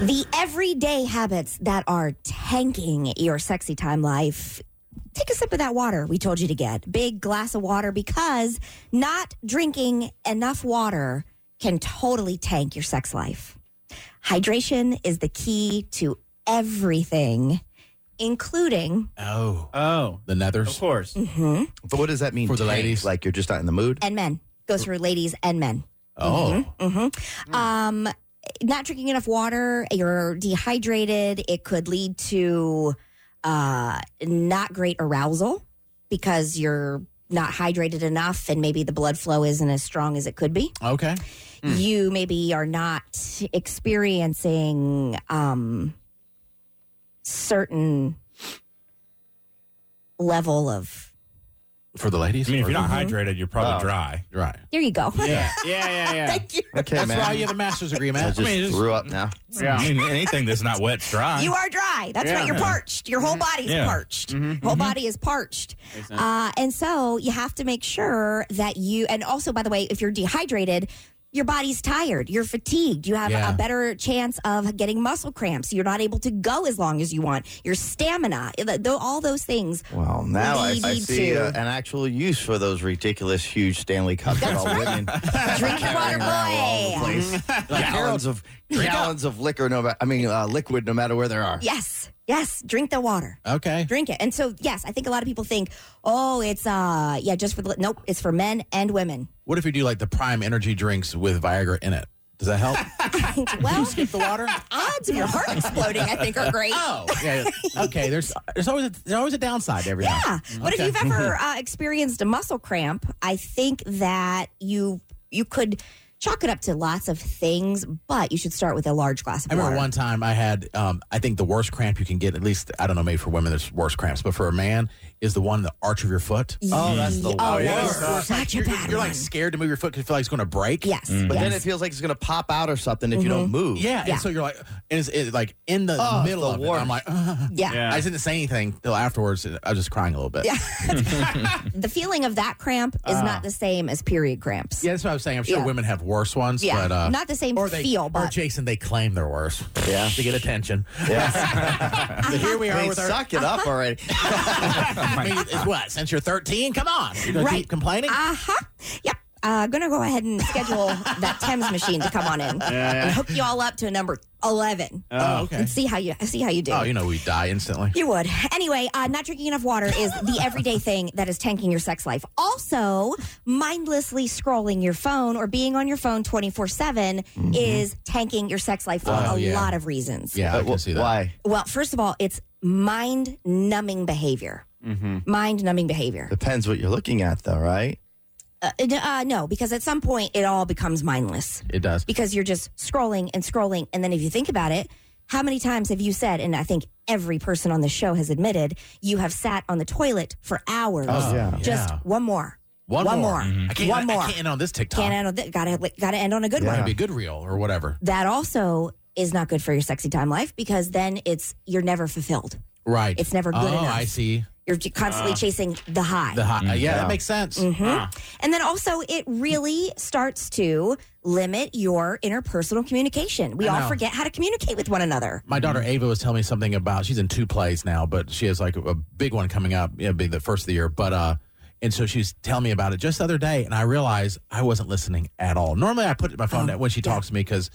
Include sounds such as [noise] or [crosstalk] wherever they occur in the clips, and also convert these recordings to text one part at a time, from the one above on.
The everyday habits that are tanking your sexy time life. Take a sip of that water we told you to get. Big glass of water because not drinking enough water can totally tank your sex life. Hydration is the key to everything, including Oh, Oh, the nethers. of course. Mhm. But what does that mean For the tank? ladies. Like you're just not in the mood? and men. Goes for ladies and men. Oh, Mm-hmm. hmm Um, not drinking enough water, you're dehydrated. It could lead to uh, not great arousal because you're not hydrated enough and maybe the blood flow isn't as strong as it could be. okay. You maybe are not experiencing um, certain level of. For the [laughs] ladies. I mean, if Or you're not the- hydrated, you're probably Oh. dry. right. There you go. [laughs] Yeah, yeah, yeah, yeah. Thank you. Okay, That's man. why you have a master's degree, I man. just I mean, it's- threw up now. Yeah. I mean, anything that's not wet's dry. You are dry. That's Yeah. right. You're parched. Your whole body's Yeah. parched. Whole body is parched. Uh, and so you have to make sure that you, and also, by the way, if you're dehydrated, your body's tired. You're fatigued. You have Yeah. a better chance of getting muscle cramps. You're not able to go as long as you want. Your stamina, th- th- all those things. Well, now I, I Lady see too. uh, an actual use for those ridiculous, huge Stanley cups that all women [laughs] Drink your water, carrying around all over the boy. place. gallons of gallons of liquor, no matter I mean uh, liquid, no matter where they are. Yes. Yes. Drink the water. Okay. Drink it. And so, yes, I think a lot of people think, oh, it's, uh, yeah, just for the, nope, it's for men and women. What if you do like the prime energy drinks with Viagra in it? Does that help? Well, Skip [laughs] the water. odds of your heart exploding, I think, are great. Oh, yeah. Okay. There's there's always a, there's always a downside to everything. Yeah, but Okay. if you've [laughs] ever uh, experienced a muscle cramp, I think that you you could chalk it up to lots of things, but you should start with a large glass of I remember water. one time I had, um, I think the worst cramp you can get, at least, I don't know, maybe for women there's worse cramps, but for a man is the one in the arch of your foot. Oh, that's the oh, worst. that is Where it's like such a you're, bad you're one. like scared to move your foot because you feel like it's going to break. yes, But yes. then it feels like it's gonna pop out or something if you Mm-hmm. don't move. Yeah. Yeah. And so you're like, and it's it, like in the Oh, middle of the it. I'm like, yeah. Yeah. I didn't say anything till afterwards. and I was just crying a little bit. Yeah. [laughs] the feeling of that cramp is not the same as period cramps. Ah. Yeah, that's what I was saying. I'm sure Yeah. women have worse ones, Yeah, but uh, not the same or they, feel, or but Jason, they claim they're worse. Yeah. to get attention. Yeah. But here we I are mean, with our. suck it Uh-huh. up already. [laughs] I mean, it's what since you're 13? Come on, you gonna Right. keep complaining. Uh huh. Yep. Uh, gonna go ahead and schedule that Thames machine to come on in and hook you all up to a number eleven. Oh, okay. And see how you see how you do. oh, you know we die instantly. You would. Anyway, uh, not drinking enough water is the everyday thing that is tanking your sex life. Also, mindlessly scrolling your phone or being on your phone 24 7 is tanking your sex life for a Mm-hmm. Oh, yeah. lot of reasons. Yeah, I But can wh- see that. Why? Well, first of all, it's mind numbing behavior. Mm-hmm. Mind numbing behavior. Depends what you're looking at, though, right? Uh, n- uh, no, because at some point it all becomes mindless It does. because you're just scrolling and scrolling. And then if you think about it, how many times have you said, and I think every person on the show has admitted, you have sat on the toilet for hours. Oh, yeah. Just Yeah. one more. One, One more. more. Mhm. I can't, One more. I can't end on this TikTok. Can't end on th- gotta, gotta end on a good Might one. be a good reel or whatever. That also is not good for your sexy time life because then it's, you're never fulfilled. Right. It's never good oh, enough. I see. You're j- constantly chasing the high. Ah. The hot. yeah, Yeah. that makes sense. hmm And then also, it really starts to limit your interpersonal communication. We I all know. forget how to communicate with one another. My daughter Ava was telling me something about she's in two plays now, but she has like a big one coming up, you know, being the first of the year. But uh and so she was telling me about it just the other day, and I realized I wasn't listening at all. Normally, I put my phone Oh, down when she talks to me because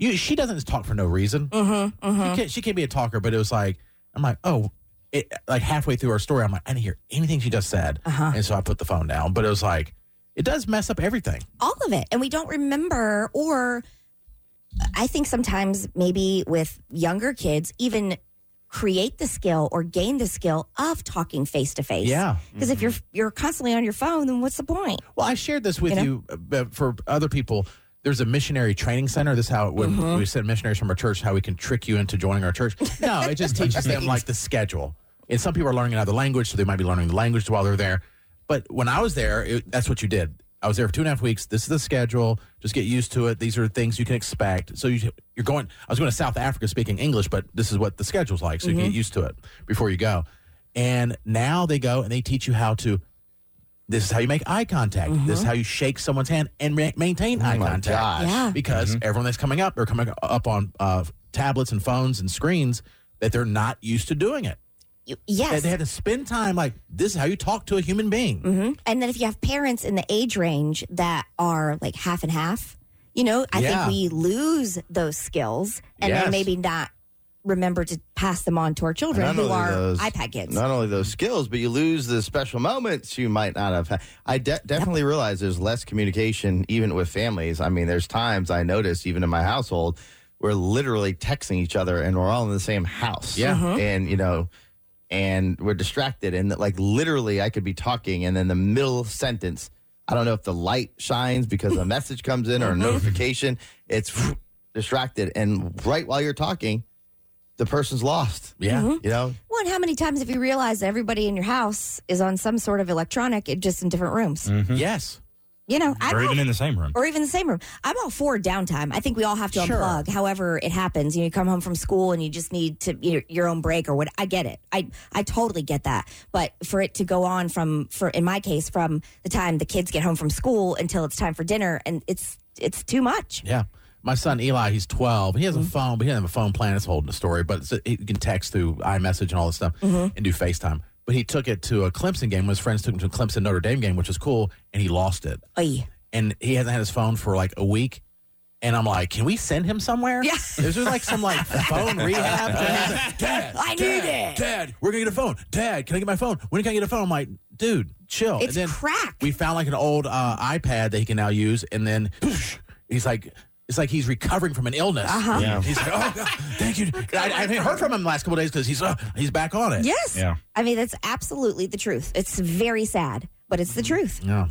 she doesn't just talk for no reason. Mm-hmm. Mm-hmm. She, can, she can be a talker, but it was like I'm like, oh, it, like halfway through her story, I'm like, I didn't hear anything she just said, Uh-huh. and so I put the phone down. But it was like it does mess up everything. all of it and we don't remember or i think sometimes maybe with younger kids even create the skill or gain the skill of talking face to face Yeah. Mm-hmm. because if you're you're constantly on your phone then what's the point Well, I shared this with You know? you, uh but for other people. There's a missionary training center. This is how when Mm-hmm. we send missionaries from our church, how we can trick you into joining our church. No, it [laughs] just teaches them like the schedule. And some people are learning another language, so they might be learning the language while they're there. But when I was there, it, that's what you did. I was there for two and a half weeks. This is the schedule. Just get used to it. These are things you can expect. So you, you're going. I was going to South Africa speaking English, but this is what the schedule's like. So Mm-hmm. you get used to it before you go. And now they go and they teach you how to this is how you make eye contact. This Mm-hmm. is how you shake Oh someone's hand and ma- maintain eye my contact. gosh. Yeah. Mm-hmm. Because everyone that's coming up, they're coming up on uh, tablets and phones and screens that they're not used to doing it. You- That Yes. they had to spend time like this is how you talk to a human being. Mm-hmm. And then if you have parents in the age range that are like half and half, you know, I Yeah. think we lose those skills and Yes. then maybe not remember to pass them on to our children Not who only are those- iPad kids. Not only those skills, but you lose the special moments you might not have had. I de- definitely realize there's less communication even with families. I mean, there's times I notice even in my household, we're literally texting each other and we're all in the same house. Yeah. Uh-huh. And, you know, and we're distracted. And like literally, I could be talking and then the middle sentence, I don't know if the light shines because a message comes in or a notification, it's distracted. And right while you're talking, the person's lost. Yeah. You know, Well, and how many times have you realized that everybody in your house is on some sort of electronic, it- just in different rooms? Yes. You know, Mm. I'm or all even Mm-hmm. in the same room. or even the same room. I'm all for downtime. I think we all have to Sure. unplug. However, it happens. You, know, you come home from school and you just need to you know, your own break or what. I get it. I I totally get that. But for it to go on from for in my case from the time the kids get home from school until it's time for dinner and it's it's too much. Yeah. My son Eli, he's 12. He has Mm-hmm. a phone, but he doesn't have a phone plan. It's holding a story, but it's he can text through iMessage and all this stuff Mm-hmm. and do FaceTime. But he took it to a Clemson game. When his friends took him to a Clemson Notre Dame game, which was cool, and he lost it. Oy. And he hasn't had his phone for like a week. And I'm like, can we send him somewhere? Yeah. There's just like some like phone [laughs] rehab. Dad, Dad, I need Dad, it. Dad, we're going to get a phone. Dad, can I get my phone? When can I get a phone? I'm like, dude, chill. It's crack. We found like an old uh, iPad that he can now use, and then he's like, it's like he's recovering from an illness. Uh-huh. Yeah. He's like, oh, God, thank you. And I, I haven't heard from him the last couple days because he's uh, he's back on it. Yes. Yeah. Mm. I mean that's absolutely the truth. It's very sad, but it's the truth. Yeah.